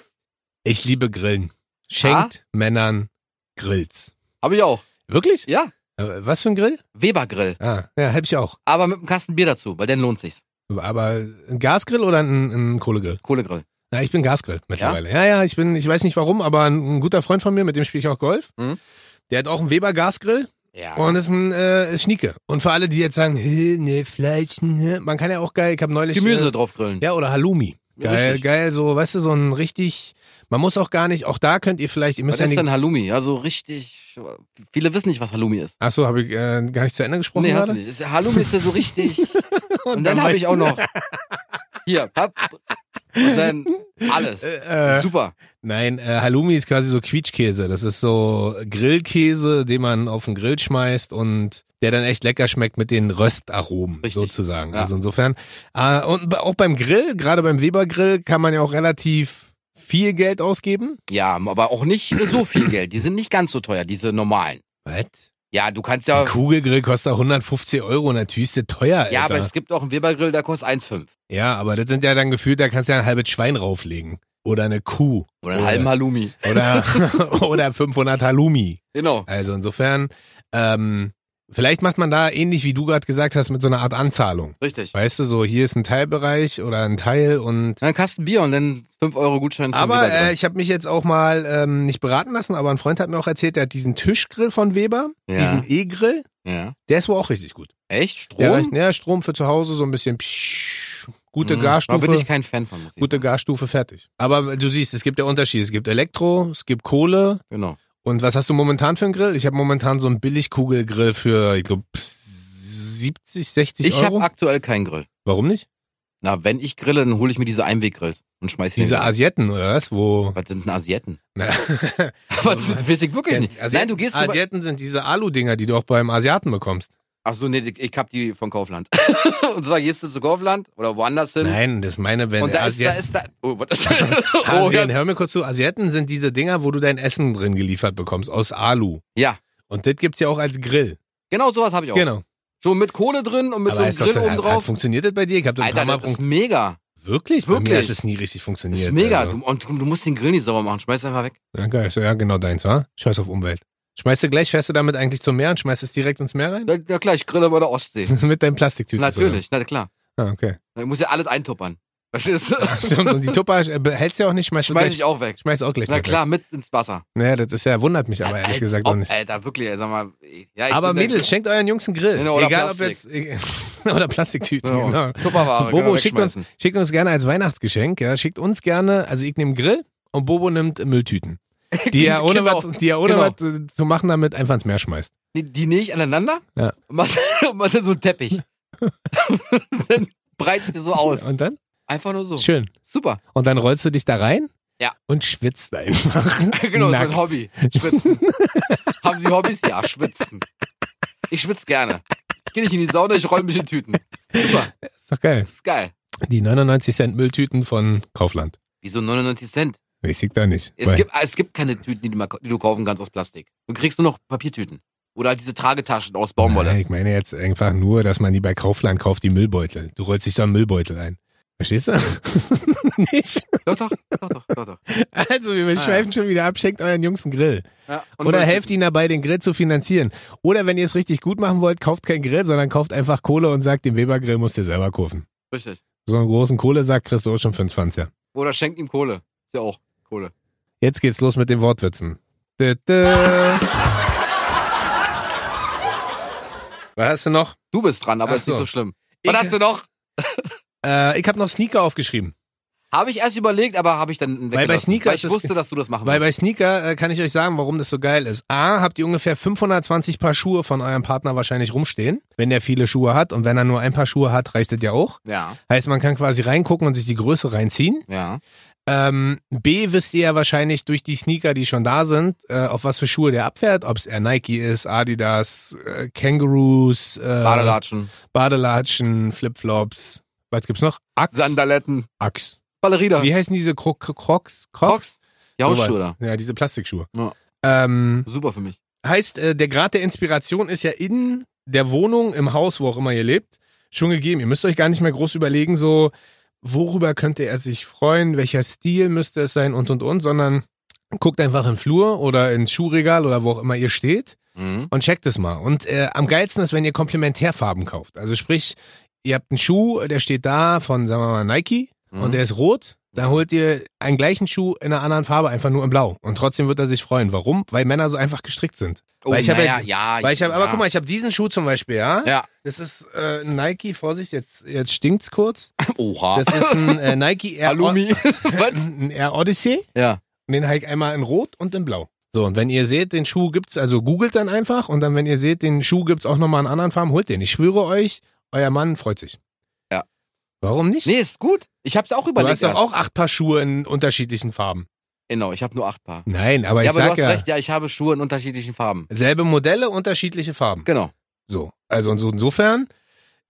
Ich liebe Grillen. Schenkt Männern Grills. habe ich auch. Wirklich? Ja. Äh, Was für ein Grill? Webergrill. Ah, ja, hab ich auch. Aber mit einem Kasten Bier dazu, weil dann lohnt sich's. Aber ein Gasgrill oder ein, ein Kohlegrill? Kohlegrill. Na, ich bin Gasgrill mittlerweile. Ja? ja, ich bin, ich weiß nicht warum, aber ein, ein guter Freund von mir, mit dem spiele ich auch Golf, Mhm. der hat auch einen Weber Gasgrill Ja. und ist ein äh, ist Schnieke. Und für alle, die jetzt sagen, "Hä, ne, Fleisch, ne, man kann ja auch geil, ich habe neulich Gemüse Äh, drauf grillen. ja, oder Halloumi. Ja, Geil, richtig. geil, so, weißt du, so ein richtig, man muss auch gar nicht, auch da könnt ihr vielleicht, ihr Was müsst ja ist nicht, denn Halloumi? Ja, so richtig. Viele wissen nicht, was Halloumi ist. ach so, habe ich äh, gar nicht zu Ende gesprochen Nee, hast du gerade? nicht. Ist, Halloumi ist ja so richtig. Und, dann dann habe weiß- ich auch noch. Hier, hab. Und dann alles. Äh, äh, Super. Nein, äh, Halloumi ist quasi so Quietschkäse. Das ist so Grillkäse, den man auf den Grill schmeißt und der dann echt lecker schmeckt mit den Röstaromen Richtig. sozusagen. Ja. Also insofern. Äh, und be- auch beim Grill, gerade beim Weber-Grill, kann man ja auch relativ viel Geld ausgeben. Ja, aber auch nicht so viel Geld. Die sind nicht ganz so teuer, diese normalen. Was? Ja, du kannst Ein ja. Kugelgrill kostet auch 150 Euro, natürlich ist der teuer, Alter. Ja, aber es gibt auch einen Webergrill, der kostet 1,5. ja, aber das sind ja dann gefühlt, da kannst du ja ein halbes Schwein rauflegen. Oder eine Kuh. Oder einen halben Halloumi. Oder, oder 500 Halloumi. Genau. Also insofern, ähm, vielleicht macht man da ähnlich wie du gerade gesagt hast mit so einer Art Anzahlung. Richtig. Weißt du, so hier ist ein Teilbereich oder ein Teil und. Dann einen Kasten Bier und dann 5 Euro Gutschein für den Aber Webergrill. äh, ich habe mich jetzt auch mal ähm, nicht beraten lassen, aber ein Freund hat mir auch erzählt, der hat diesen Tischgrill von Weber, Ja. äh, diesen E-Grill, ja. der ist wohl auch richtig gut. Echt? Der Strom? reicht, ja, Strom für zu Hause, so ein bisschen psch, gute Hm, Garstufe. Da bin ich kein Fan von, muss ich Gute sagen. Garstufe fertig. Aber du siehst, es gibt ja Unterschiede. Es gibt Elektro, es gibt Kohle, Genau. Und was hast du momentan für einen Grill? Ich habe momentan so einen Billigkugelgrill für, ich glaube, 70, 60 Ich Euro. habe aktuell keinen Grill. Warum nicht? Na, wenn ich grille, dann hole ich mir diese Einweggrills und schmeiß die in Diese den Grill. Asiaten oder was? Wo? ne? Was sind denn Asiaten? Na, Was sind, weiß ich wirklich nicht. Asiaten- Nein, du gehst zu- Asiaten sind diese Alu-Dinger, die du auch beim Asiaten bekommst. Ach so, nee, ich hab die von Kaufland. und zwar gehst du zu Kaufland oder woanders hin. Nein, das meine, wenn Ähm, und da ist, da Asiaten, ist da. Oh, was ist Oh, Asien, ja. hör mir kurz zu, Asiaten sind diese Dinger, wo du dein Essen drin geliefert bekommst, aus Alu. ja, Und das gibt's ja auch als Grill. genau sowas habe ich auch. Genau. So mit Kohle drin und mit Aber so ist doch einem Grill total- oben hat, drauf. funktioniert das bei dir? Ich habe das ein Alter, paar Mal das ist mega. Wirklich? Bei mir Wirklich? hat das nie richtig funktioniert. Das ist mega. Also. Du, und du, du musst den Grill nicht sauber machen. Schmeiß einfach weg. Ja, geil. Ich so, ja, genau deins, wa? Scheiß auf Umwelt. Schmeißt du gleich, fährst du damit eigentlich zum Meer und schmeißt es direkt ins Meer rein? Na, na klar, ich grille bei der Ostsee. Mit deinen Plastiktüten. Natürlich, na klar. sogar. Ah, okay. Ich muss ja alles eintuppern. Verstehst du? Stimmt. Und die Tupper äh, behältst du ja auch nicht, schmeißt du Schmeiß gleich. ich auch weg. Schmeißt du auch gleich. Na mit klar, mit ins Wasser. Weg. Naja, das ist ja, wundert mich aber ehrlich Als gesagt ob, auch nicht. Alter, wirklich, ey, sag mal. Ja, ich Aber bin der- Mädels, schenkt euren Jungs einen Grill. Genau, oder Egal Plastik. ob jetzt. oder Plastiktüten, Genau. genau. Tupperware. können Bobo wir schickt uns, wegschmeißen. schickt uns gerne als Weihnachtsgeschenk, ja, schickt uns gerne, also ich nehme Grill und Bobo nimmt Mülltüten. Die er ohne, Genau. was, die er ohne Genau. was äh, zu machen damit einfach ins Meer schmeißt. Die, die nähe ich aneinander Ja. und mache mach dann so einen Teppich. dann breite ich das so aus. Und dann? Einfach nur so. Schön. Super. Und dann rollst du dich da rein Ja. und schwitzt einfach. Genau, das ist Nackt. mein Hobby. Schwitzen. Haben Sie Hobbys? Ja, schwitzen. Ich schwitze gerne. Ich gehe nicht in die Sauna, ich roll mich in Tüten. Super. Ist doch geil. Das ist geil. Die 99 Cent Mülltüten von Kaufland. Wieso 99 Cent? Weiß ich da nicht. Es Weil- gibt, ah, es gibt keine Tüten, die du, mal, die du kaufen kannst aus Plastik. Du kriegst nur noch Papiertüten. Oder halt diese Tragetaschen aus Baumwolle. Nein, ich meine jetzt einfach nur, dass man die bei Kaufland kauft, die Müllbeutel. Du rollst dich da einen Müllbeutel ein. Verstehst du? nicht? Doch, doch, doch, doch, doch, doch. Also, wir schweifen schon wieder ab, schenkt euren Jungs einen Grill. Ja, Ah, und Oder nur- helft ihnen dabei, den Grill zu finanzieren. Oder wenn ihr es richtig gut machen wollt, kauft keinen Grill, sondern kauft einfach Kohle und sagt, den Weber-Grill musst ihr selber kaufen. Richtig. So einen großen Kohlesack kriegst du auch schon für einen 20er. Oder schenkt ihm Kohle. Ist ja auch Kohle. Jetzt geht's los mit den Wortwitzen. Dö, dö. Was hast du noch? Du bist dran, aber Ach ist nicht so. so schlimm. Ich- Was hast du noch? Äh, ich habe noch Sneaker aufgeschrieben. Habe ich erst überlegt, aber habe ich dann weggelassen. bei Sneaker Weil ist ich es- wusste, dass du das machen Weil bei wirst. Sneaker äh, kann ich euch sagen, warum das so geil ist. A, habt ihr ungefähr 520 Paar Schuhe von eurem Partner wahrscheinlich rumstehen, wenn der viele Schuhe hat. Und wenn er nur ein paar Schuhe hat, reicht das ja auch. Ja, Heißt, man kann quasi reingucken und sich die Größe reinziehen. ja. Ähm, B, wisst ihr ja wahrscheinlich durch die Sneaker, die schon da sind, äh, auf was für Schuhe der abfährt. Ob es eher Nike ist, Adidas, äh, Kangaroos, äh, Badelatschen, Badelatschen, Flipflops. Was gibt's noch? Axt. Sandaletten, Axt. Ballerina, Wie heißen diese Kro Kro Crocs? Crocs, die Sowas. Hausschuhe da. Ja, diese Plastikschuhe. Ja. Ähm, Super für mich. heißt, äh, der Grad der Inspiration ist ja in der Wohnung, im Haus, wo auch immer ihr lebt, schon gegeben. Ihr müsst euch gar nicht mehr groß überlegen, so, worüber könnte er sich freuen, welcher Stil müsste es sein und und und, sondern guckt einfach in den Flur oder ins Schuhregal oder wo auch immer ihr steht Mhm. und checkt es mal. Und äh, am geilsten ist, wenn ihr Komplementärfarben kauft. Also sprich, ihr habt einen Schuh, der steht da von, sagen wir mal, Nike Mhm. und der ist rot, dann holt ihr einen gleichen Schuh in einer anderen Farbe, einfach nur in blau. Und trotzdem wird er sich freuen. Warum? Weil Männer so einfach gestrickt sind. oh, weil ich hab naja, ja- ja, Weil ich habe, ja. aber guck mal, ich habe diesen Schuh zum Beispiel, ja. Ja. Das ist äh, ein Nike, Vorsicht, jetzt, jetzt stinkt's kurz. Oha. Das ist ein äh, Nike Air, Ah. Alumi. ein Air Odyssey. ja. Und den habe ich einmal in Rot und in Blau. So, und wenn ihr seht, den Schuh gibt's, also googelt dann einfach und dann, wenn ihr seht, den Schuh gibt's auch nochmal in anderen Farben, holt den. Ich schwöre euch, euer Mann freut sich. Ja. Warum nicht? Nee, ist gut. Ich hab's auch du überlegt. hast doch erst. auch acht Paar Schuhe in unterschiedlichen Farben. Genau, ich habe nur acht Paar. Nein, aber ja, ich aber du sag hast ja, recht, ja, ich habe Schuhe in unterschiedlichen Farben. selbe Modelle, unterschiedliche Farben. Genau. So, also und so- insofern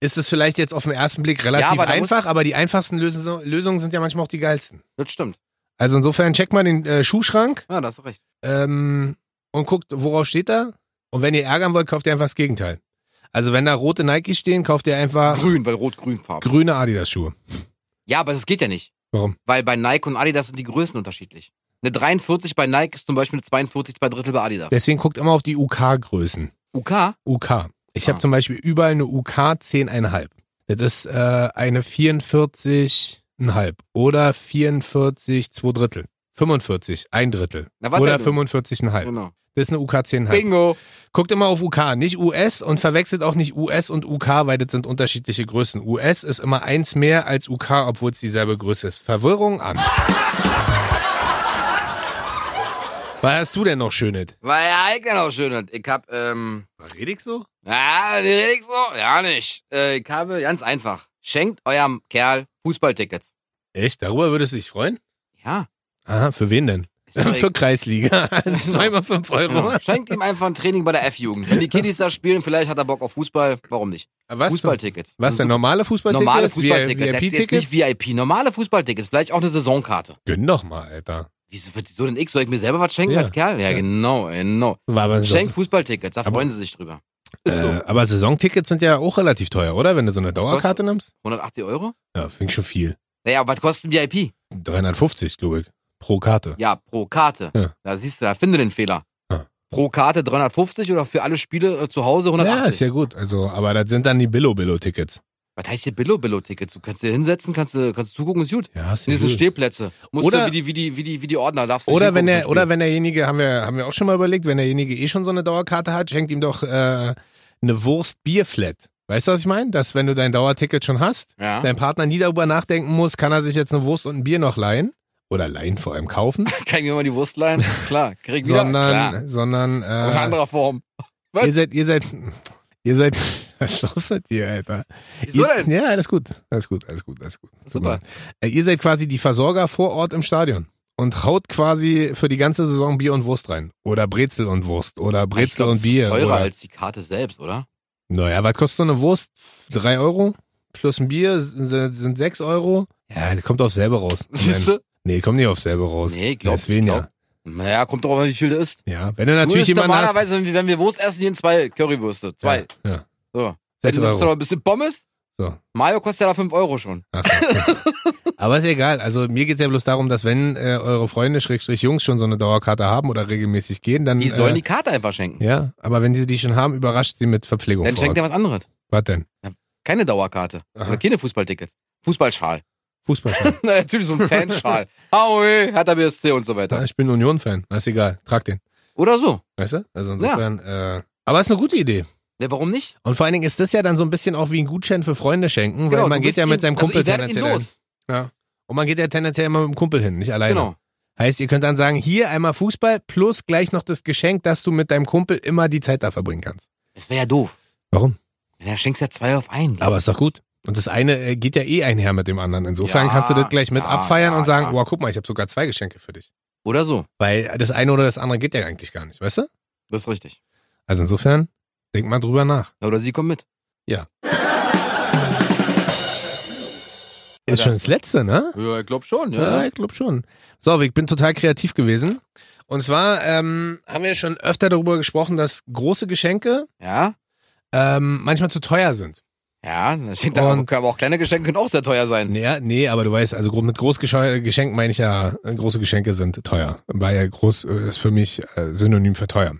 ist es vielleicht jetzt auf den ersten Blick relativ aber da muss- einfach, aber die einfachsten Lösen, Lösungen sind ja manchmal auch die geilsten. Das stimmt. Also insofern check mal den äh, Schuhschrank Ja, da hast du recht. ähm, und guckt, worauf steht da. Und wenn ihr ärgern wollt, kauft ihr einfach das Gegenteil. Also wenn da rote Nike stehen, kauft ihr einfach Grün, weil rot-grün Farben. grüne Adidas-Schuhe. Ja, aber das geht ja nicht. Warum? Weil bei Nike und Adidas sind die Größen unterschiedlich. Eine 43 bei Nike ist zum Beispiel eine 42 bei Drittel bei Adidas. Deswegen guckt immer auf die UK-Größen. UK? UK. Ich Ah. habe zum Beispiel überall eine UK 10,5. Das ist äh, eine 44,5 oder 44, 2 Drittel. 45, ein Drittel. Na, warte Oder du. 45,5. Genau. Das ist eine UK 10,5. Bingo. Guckt immer auf UK, nicht US und verwechselt auch nicht US und UK, weil das sind unterschiedliche Größen. US ist immer eins mehr als UK, obwohl es dieselbe Größe ist. Verwirrung an. Was hast du denn noch Schönes? Weil ja, ich genau schön. Und Ich hab, ähm, Was rede ich so? ja, die rede ich so? Ja, nicht. Äh, ich habe ganz einfach. Schenkt eurem Kerl Fußballtickets. Echt? Darüber würdest du dich freuen? Ja. Aha, für wen denn? doch Für Kreisliga. Zweimal fünf Euro. Ja. Schenkt ihm einfach ein Training bei der F-Jugend. Wenn die Kiddies da spielen, vielleicht hat er Bock auf Fußball, warum nicht? Was, Fußballtickets. was denn? Normale Fußballtickets? Normale Fußballtickets, jetzt, jetzt nicht VIP-Tickets? VIP, normale Fußballtickets, vielleicht auch eine Saisonkarte. Gönn doch mal, Alter. Wieso, wieso denn ich? Soll ich mir selber was schenken Ja. als Kerl? Ja, Ja. genau, genau. War aber Schenkt Fußballtickets, da Aber- freuen sie sich drüber. äh, Ist so. Aber Saisontickets sind ja auch relativ teuer, oder? Wenn du so eine Dauerkarte nimmst? 180 Euro? Ja, finde ich schon viel. Naja, was kostet ein VIP? 350, glaube ich, pro Karte. Ja, pro Karte. Ja. Da siehst du, da finde den Fehler. Ja. Pro Karte 350 oder für alle Spiele äh, zu Hause Ja, ist 180. ja gut. Also, aber das sind dann die Billo-Billo-Tickets. Was heißt hier Billo-Billo-Tickets? Du kannst dir hinsetzen, kannst du kannst du zugucken, ist gut. Ja, ist In diesen gut. Stehplätze. Musst du Oder- wie die, wie die, wie die, wie die Ordner, darfst du nicht Oder hingucken wenn zum der, Spiel. oder wenn derjenige, haben wir, haben wir auch schon mal überlegt, wenn derjenige eh schon so eine Dauerkarte hat, schenkt ihm doch äh, eine Wurst Bierflat. Weißt du, was ich meine? Dass wenn du dein Dauerticket schon hast, Ja. dein Partner nie darüber nachdenken muss, kann er sich jetzt eine Wurst und ein Bier noch leihen. Oder leihen vor allem kaufen. Kann ich mir mal die Wurst leihen? Klar, krieg wieder. Klar. sondern, sondern Aber in äh, anderer Form. Was? ihr seid, ihr seid, ihr seid, was ist los mit dir, Alter? Wieso ihr, denn? Ja, alles gut, alles gut, alles gut, alles gut. Tut Super. mir leid. Äh, ihr seid quasi die Versorger vor Ort im Stadion und haut quasi für die ganze Saison Bier und Wurst rein. Oder Brezel und Wurst oder Ich Brezel glaub, und Das Bier. ist teurer oder, als die Karte selbst, oder? naja, was kostet so eine Wurst? Drei Euro? Plus ein Bier sind sind sechs Euro. Ja, das kommt auf selber raus. Siehst du? Nee, kommt nicht auf selber raus. Nee, glaub- Das ist weniger. Naja, kommt drauf an, wie viel das ist. Ja, wenn du Nur natürlich ist jemanden hast. normalerweise, wenn wir- wenn wir Wurst essen, hier zwei Currywürste. Zwei. Ja, ja. So. Wenn Sechs du nimmst Euro. noch ein bisschen Pommes. So. Mayo kostet ja da 5 Euro schon. Ach so. Aber ist egal. Also mir geht's ja bloß darum, dass wenn äh, eure Freunde, Schrägstrich Jungs, schon so eine Dauerkarte haben oder regelmäßig gehen, dann. Die sollen die äh, Karte einfach schenken. Ja, aber wenn sie die schon haben, überrascht sie mit Verpflegung. Dann vor schenkt Ort. er was anderes. Was denn? Keine Dauerkarte. Aha. Oder keine Fußballtickets. Fußballschal. Fußballfan. Na, natürlich so ein Fanschal. Aue, Hertha BSC und so Ja, weiter. ich bin Union-Fan. Ist egal. Trag den. Oder so. Weißt du? Also insofern. Äh, aber ist eine gute Idee. Ja, warum nicht? Und vor allen Dingen ist das ja dann so ein bisschen auch wie ein Gutschein für Freunde schenken, weil man Genau, du geht bist ja mit ihn- seinem Kumpel also, ihr werdet ihn tendenziell. hin. los. Und man geht ja tendenziell immer mit dem Kumpel hin, nicht alleine. Genau. Heißt, ihr könnt dann sagen, hier einmal Fußball plus gleich noch das Geschenk, dass du mit deinem Kumpel immer die Zeit da verbringen kannst. Das wäre ja doof. Warum? Ja, schenkst ja zwei auf einen. Aber ist doch gut. Und das eine äh, geht ja eh einher mit dem anderen. Insofern Ja, kannst du das gleich mit ja, abfeiern ja, und sagen, ja. boah, guck mal, ich habe sogar zwei Geschenke für dich. Oder so. Weil das eine oder das andere geht ja eigentlich gar nicht, weißt du? Das ist richtig. Also insofern, denk mal drüber nach. Oder sie kommen mit. Ja, Ist schon das- das letzte, ne? Ja, ich glaube schon, Ja, ich glaube schon. So, ich bin total kreativ gewesen. Und zwar ähm, haben wir schon öfter darüber gesprochen, dass große Geschenke Ja, ähm, manchmal zu teuer sind. ja. Dann schenkt er Und- aber, aber auch kleine Geschenke können auch sehr teuer sein. Ja, nee, aber du weißt, also gro- mit Großgeschenken meine ich ja, äh, große Geschenke sind teuer, weil ja groß äh, ist für mich äh, Synonym für teuer.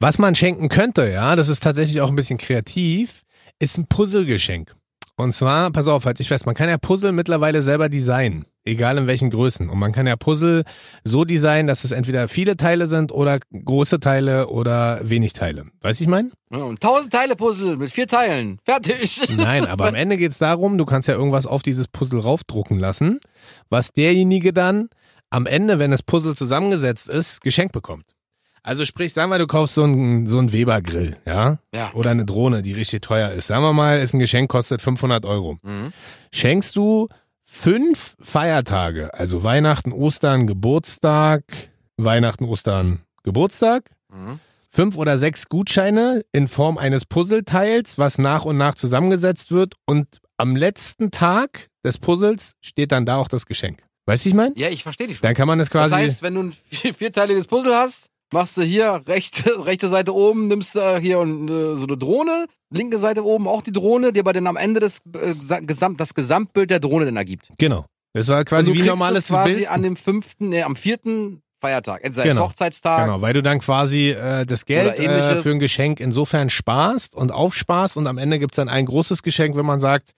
Was man schenken könnte, ja, das ist tatsächlich auch ein bisschen kreativ, ist ein Puzzlegeschenk. Und zwar, pass auf, halt dich fest, man kann ja Puzzle mittlerweile selber designen, egal in welchen Größen. Und man kann ja Puzzle so designen, dass es entweder viele Teile sind oder große Teile oder wenig Teile. Weiß ich mein? Ja, und tausend Teile Puzzle mit vier Teilen. Fertig. Nein, aber am Ende geht's darum, du kannst ja irgendwas auf dieses Puzzle raufdrucken lassen, was derjenige dann am Ende, wenn das Puzzle zusammengesetzt ist, geschenkt bekommt. Also sprich, sagen wir, du kaufst so einen, so einen Weber-Grill, ja? Ja. Oder eine Drohne, die richtig teuer ist. Sagen wir mal, ist ein Geschenk, kostet 500 Euro. Mhm. Schenkst du fünf Feiertage, also Weihnachten, Ostern, Geburtstag, Weihnachten, Ostern, Geburtstag, Mhm. fünf oder sechs Gutscheine in Form eines Puzzleteils, was nach und nach zusammengesetzt wird und am letzten Tag des Puzzles steht dann da auch das Geschenk. Weißt du, ich mein? Ja, ich verstehe dich schon. Dann kann man es quasi Das heißt, wenn du ein vier- vierteiliges Puzzle hast, machst du hier rechte, rechte Seite oben, nimmst du hier und, äh, so eine Drohne, linke Seite oben auch die Drohne, die aber dann am Ende das, äh, gesa- gesamt, das Gesamtbild der Drohne dann ergibt. genau. Das war Also quasi du wie ein kriegst normales es quasi Bild. an dem fünften, nee, am vierten Feiertag, entweder Genau. Hochzeitstag. Genau, weil du dann quasi äh, das Geld äh, ähnliches. für ein Geschenk insofern sparst und aufsparst und am Ende gibt's dann ein großes Geschenk, wenn man sagt,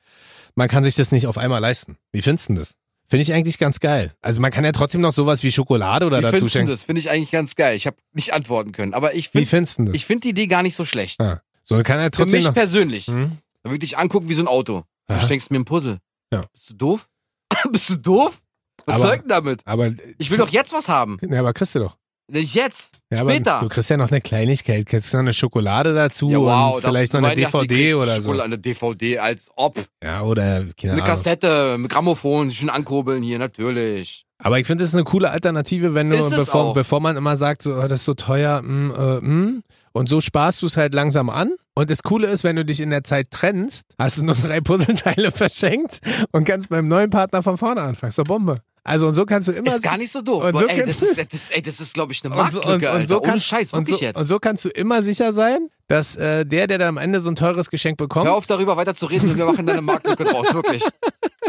man kann sich das nicht auf einmal leisten. Wie findest du denn das? Finde ich eigentlich ganz geil. Also man kann ja trotzdem noch sowas wie Schokolade oder Wie dazu findest du schenken. das? Finde ich eigentlich ganz geil. Ich habe nicht antworten können, aber ich Wie finde findest du denn das? ich find die Idee gar nicht so schlecht. Ja. So kann er Für trotzdem mich noch, persönlich. hm? Da würde ich dich angucken wie so ein Auto. Du Aha. schenkst mir ein Puzzle. Ja. Bist du doof? Bist du doof? Was Aber- soll ich denn damit? Aber Ich will doch jetzt was haben. Ja, aber kriegst du doch. Nicht jetzt. Ja, aber später. Du kriegst ja noch eine Kleinigkeit, kriegst noch eine Schokolade dazu ja, wow, und das vielleicht zu noch eine Weihnachten DVD kriegst du oder Schokolade- so. Eine DVD, als ob. Ja, oder keine Eine Ahnung. Kassette, ein Grammophon, schön ankurbeln hier, natürlich. Aber ich finde, das ist eine coole Alternative, wenn du, Ist es bevor, auch. bevor man immer sagt, so, oh, das ist so teuer, mm, äh, mm. und so sparst du es halt langsam an. Und das Coole ist, wenn du dich in der Zeit trennst, hast du nur drei Puzzleteile verschenkt und kannst beim neuen Partner von vorne anfangen. So Bombe. Also und so kannst du immer. Ist gar nicht so doof. und so ey, das ist, kannst- das, ey, das ist, glaube ich, eine und so, Marktlücke, und, und, Alter. so Ohne kannst- Scheiß, und, wirklich so, jetzt. und so kannst du immer sicher sein, dass äh, der, der dann am Ende so ein teures Geschenk bekommt, Hör auf, darüber weiter zu reden und wir machen deine Marktlücke draus, wirklich.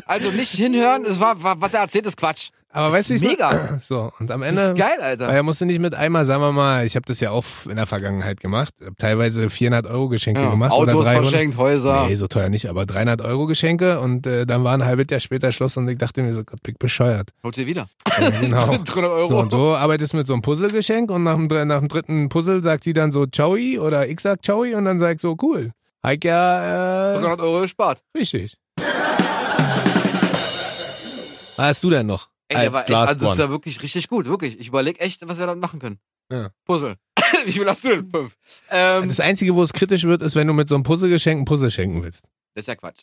Also nicht hinhören, es war, war, was er erzählt, ist Quatsch. aber ist weißt du, wie ich mein- mega. So, und am Ende Das ist geil, Weil Alter. er musste nicht mit einmal, sagen wir mal, ich habe das ja auch in der Vergangenheit gemacht, hab teilweise 400 Euro Geschenke Ja. gemacht. oder Autos 300. verschenkt, Häuser. Nee, so teuer nicht, aber 300 Euro Geschenke und äh, dann war ein halbes Jahr später Schluss und ich dachte mir so, Gott, bin ich bescheuert. Holt ihr wieder. Ja, genau. 300 Euro. So und so arbeitest du mit so einem Puzzlegeschenk und nach dem, dr- nach dem dritten Puzzle sagt sie dann so Ciao oder ich sag Ciao und dann sag ich so cool. Heik ja äh, 300 Euro gespart. richtig. Was hast du denn noch? Ey, als der war echt, Last also das ist One? ja wirklich richtig gut, wirklich. Ich überlege echt, was wir dann machen können. Ja. Puzzle. Wie viel hast du denn? Fünf. Ähm, das, Das Einzige, wo es kritisch wird, ist, wenn du mit so einem Puzzlegeschenk ein Puzzle schenken willst. ist ja Quatsch.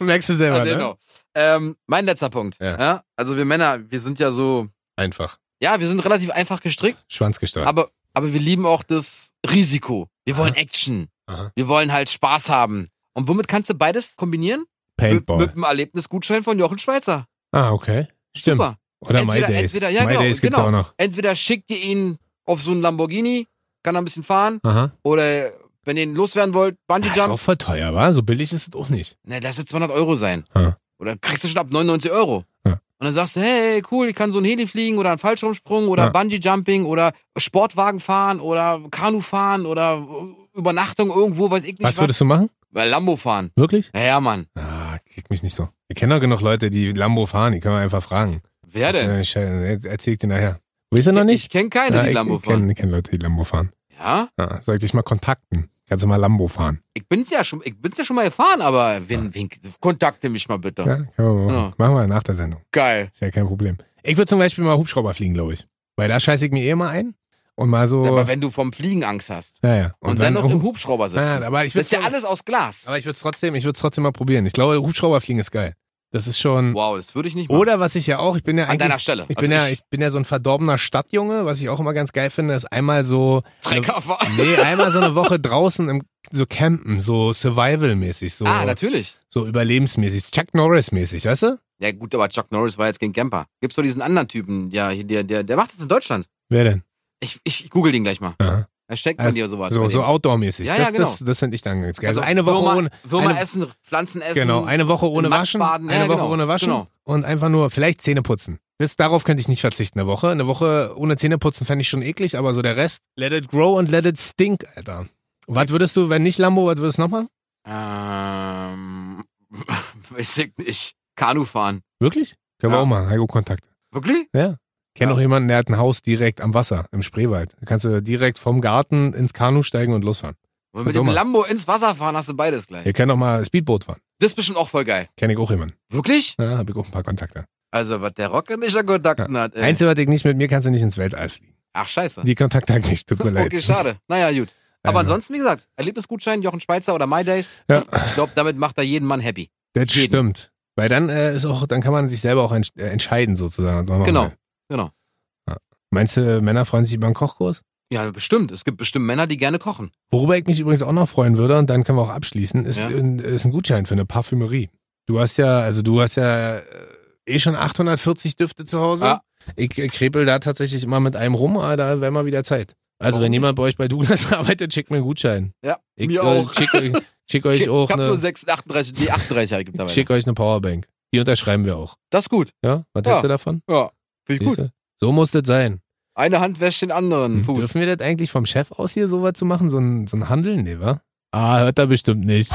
Merkst du selber, Also, ne? genau. ähm, mein letzter Punkt. Ja. Ja? Also wir Männer, wir sind ja so, Einfach. ja, wir sind relativ einfach gestrickt. Schwanz gesteuert. Aber, aber wir lieben auch das Risiko. Wir wollen Action. Aha. Wir wollen halt Spaß haben. Und womit kannst du beides kombinieren? Mit, Paintball. mit einem Erlebnisgutschein von Jochen Schweizer. ah, okay. Stimmt. Super. Oder Entweder- My Days. entweder- ja, My genau, Days gibt's genau. auch noch. Entweder schickt ihr ihn auf so einen Lamborghini, kann er ein bisschen fahren, Aha. oder wenn ihr ihn loswerden wollt, Bungee Das ist Jump. auch voll teuer, war? So billig ist es auch nicht. Na, lass es 200 Euro sein. Ja. Oder kriegst du schon ab 99 Euro. Ja. Und dann sagst du, hey, cool, ich kann so einen Heli fliegen oder einen Fallschirmsprung oder Ja. Bungee Jumping oder Sportwagen fahren oder Kanu fahren oder Übernachtung irgendwo, weiß ich nicht Was würdest du machen? Weil Lambo fahren. Wirklich? Naja, Mann. Ah, kick mich nicht so. Ich kenne doch genug Leute, die Lambo fahren, die können wir einfach fragen. Wer denn? Ich, äh, erzähl ich dir nachher. Weißt du noch nicht? Ich kenne keine, Ja, die ich- Lambo ich kenn- fahren. Ich kenne Leute, die Lambo fahren. Ja? Ja, soll ich dich mal kontakten? Kannst du mal Lambo fahren? Ich bin's ja schon, ich bin's ja schon mal gefahren, aber wen, wen, kontakte mich mal bitte. Ja, können wir mal machen. Machen wir nach der Sendung. Geil. Ist ja kein Problem. Ich würde zum Beispiel mal Hubschrauber fliegen, glaube ich. Weil da scheiße ich mir eh mal ein. Und mal so. Aber wenn du vom Fliegen Angst hast ja, ja. und, dann, noch oh, im Hubschrauber sitzen. ja, aber ich das ist ja würd's- alles aus Glas. Aber ich würde es trotzdem, ich würd's trotzdem mal probieren. Ich glaube, Hubschrauber fliegen ist geil. Das ist schon. Wow, das würde ich nicht machen. Hm. Oder was ich ja auch, ich bin ja An deiner Also eigentlich. Stelle. Ich bin, ja, ich bin ja so ein verdorbener Stadtjunge, was ich auch immer ganz geil finde, ist einmal so, Trecker fahren. nee, einmal so eine Woche draußen im, so campen, so survival-mäßig, so, Ah, natürlich. so überlebensmäßig, Chuck Norris-mäßig, weißt du? Ja gut, aber Chuck Norris war jetzt gegen Camper. Gibt's doch diesen anderen Typen, ja, hier, der, der, der macht das in Deutschland. Wer denn? Ich, ich google den gleich mal. Aha. Er schenkt man Also, dir sowas. bei So, dem. so outdoor-mäßig. Ja, das, ja, genau. das, das finde ich dann ganz geil. Also, eine Woche Würmer, ohne, Würmer eine- essen, Pflanzen essen. Genau, eine Woche ohne Matsch Waschen, baden. eine Ja, Woche genau, ohne Waschen genau. und einfach nur vielleicht Zähne putzen. Das, darauf könnte ich nicht verzichten, eine Woche. Eine Woche ohne Zähne putzen fände ich schon eklig, aber so der Rest, let it grow and let it stink, Alter. Was würdest du, wenn nicht Lambo, was würdest du noch machen? Ähm, weiß ich nicht. Kanu fahren. Wirklich? Können wir Ja. auch mal, Heiko Kontakt. Wirklich? Kenn Ja. auch jemanden, der hat ein Haus direkt am Wasser, im Spreewald. Da kannst du direkt vom Garten ins Kanu steigen und losfahren. Und mit Sag dem mal. Lambo ins Wasser fahren hast du beides gleich. Ihr könnt auch mal Speedboot fahren. Das ist bestimmt auch voll geil. Kenn ich auch jemanden. Wirklich? Ja, hab ich auch ein paar Kontakte. Also, was der Rocker nicht an Kontakten hat, ey. Einzige, was ich nicht mit mir kannst du nicht ins Weltall fliegen. Ach, scheiße. Die Kontakte halt nicht, tut mir leid. Okay, schade. Naja, gut. Aber Ja. ansonsten, wie gesagt, Erlebnisgutschein, Jochen Schweizer oder My Days. Ja. Ich glaube, damit macht er jeden Mann happy. Das Jeden. stimmt. Weil dann äh, ist auch, dann kann man sich selber auch entsch- äh, entscheiden sozusagen. was man machen Genau, will. genau. Ja. Meinst du, Männer freuen sich über einen Kochkurs? Ja, bestimmt. Es gibt bestimmt Männer, die gerne kochen. Worüber ich mich übrigens auch noch freuen würde, und dann können wir auch abschließen, ist, Ja. ein, ist ein Gutschein für eine Parfümerie. Du hast ja, also du hast ja äh, eh schon 840 Düfte zu Hause. Ja. Ich äh, krepel da tatsächlich immer mit einem rum, aber da wäre mal wieder Zeit. Also Warum wenn nicht? jemand bei euch bei Douglas arbeitet, schickt mir einen Gutschein. Ja, Ich, mir äh, auch. Schick, euch- schick euch auch ich hab nur eine, 6, 38, nee, 38 habe ich halt dabei. schick euch eine Powerbank. Die unterschreiben wir auch. Das ist gut. Ja? Was Ja. hältst du davon? Ja, finde ich gut. Siehste? So muss das sein. Eine Hand wäscht den anderen Hm. Fuß. Dürfen wir das eigentlich vom Chef aus hier sowas zu machen? So ein, so ein Handeln? Nee, wa? Hm. Ah, hört er bestimmt nicht.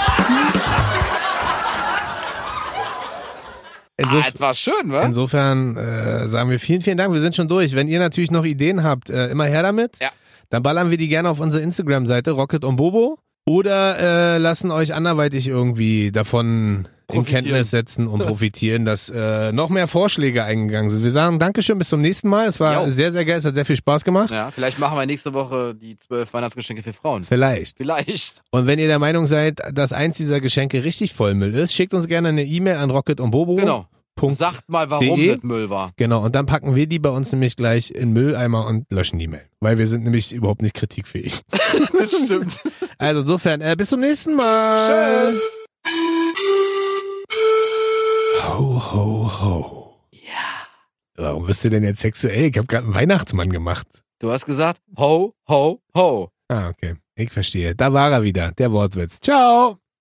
Ah, Insof das war schön, wa? insofern äh, sagen wir vielen, vielen Dank. Wir sind schon durch. Wenn ihr natürlich noch Ideen habt, äh, immer her damit. Ja. Dann ballern wir die gerne auf unsere Instagram-Seite Rocket und Bobo oder äh, lassen euch anderweitig irgendwie davon in profitieren. Kenntnis setzen und profitieren, dass äh, noch mehr Vorschläge eingegangen sind. Wir sagen Dankeschön, bis zum nächsten Mal. Es war Jo. sehr, sehr geil, es hat sehr viel Spaß gemacht. Ja, vielleicht machen wir nächste Woche die zwölf Weihnachtsgeschenke für Frauen. Vielleicht. Vielleicht. Und wenn ihr der Meinung seid, dass eins dieser Geschenke richtig Vollmüll ist, schickt uns gerne eine E-Mail an rocket und bobo. Genau. Oh, Punkt. Sagt mal, warum DE? das Müll war. Genau, und dann packen wir die bei uns nämlich gleich in den Mülleimer und löschen die Mail. Weil wir sind nämlich überhaupt nicht kritikfähig. Das stimmt. Also insofern, äh, bis zum nächsten Mal. Tschüss. Ho, ho, ho. Ja. Warum bist du denn jetzt sexuell? Ich habe gerade einen Weihnachtsmann gemacht. Du hast gesagt, ho, ho, ho. Ah, okay. Ich verstehe. Da war er wieder, der Wortwitz. Ciao.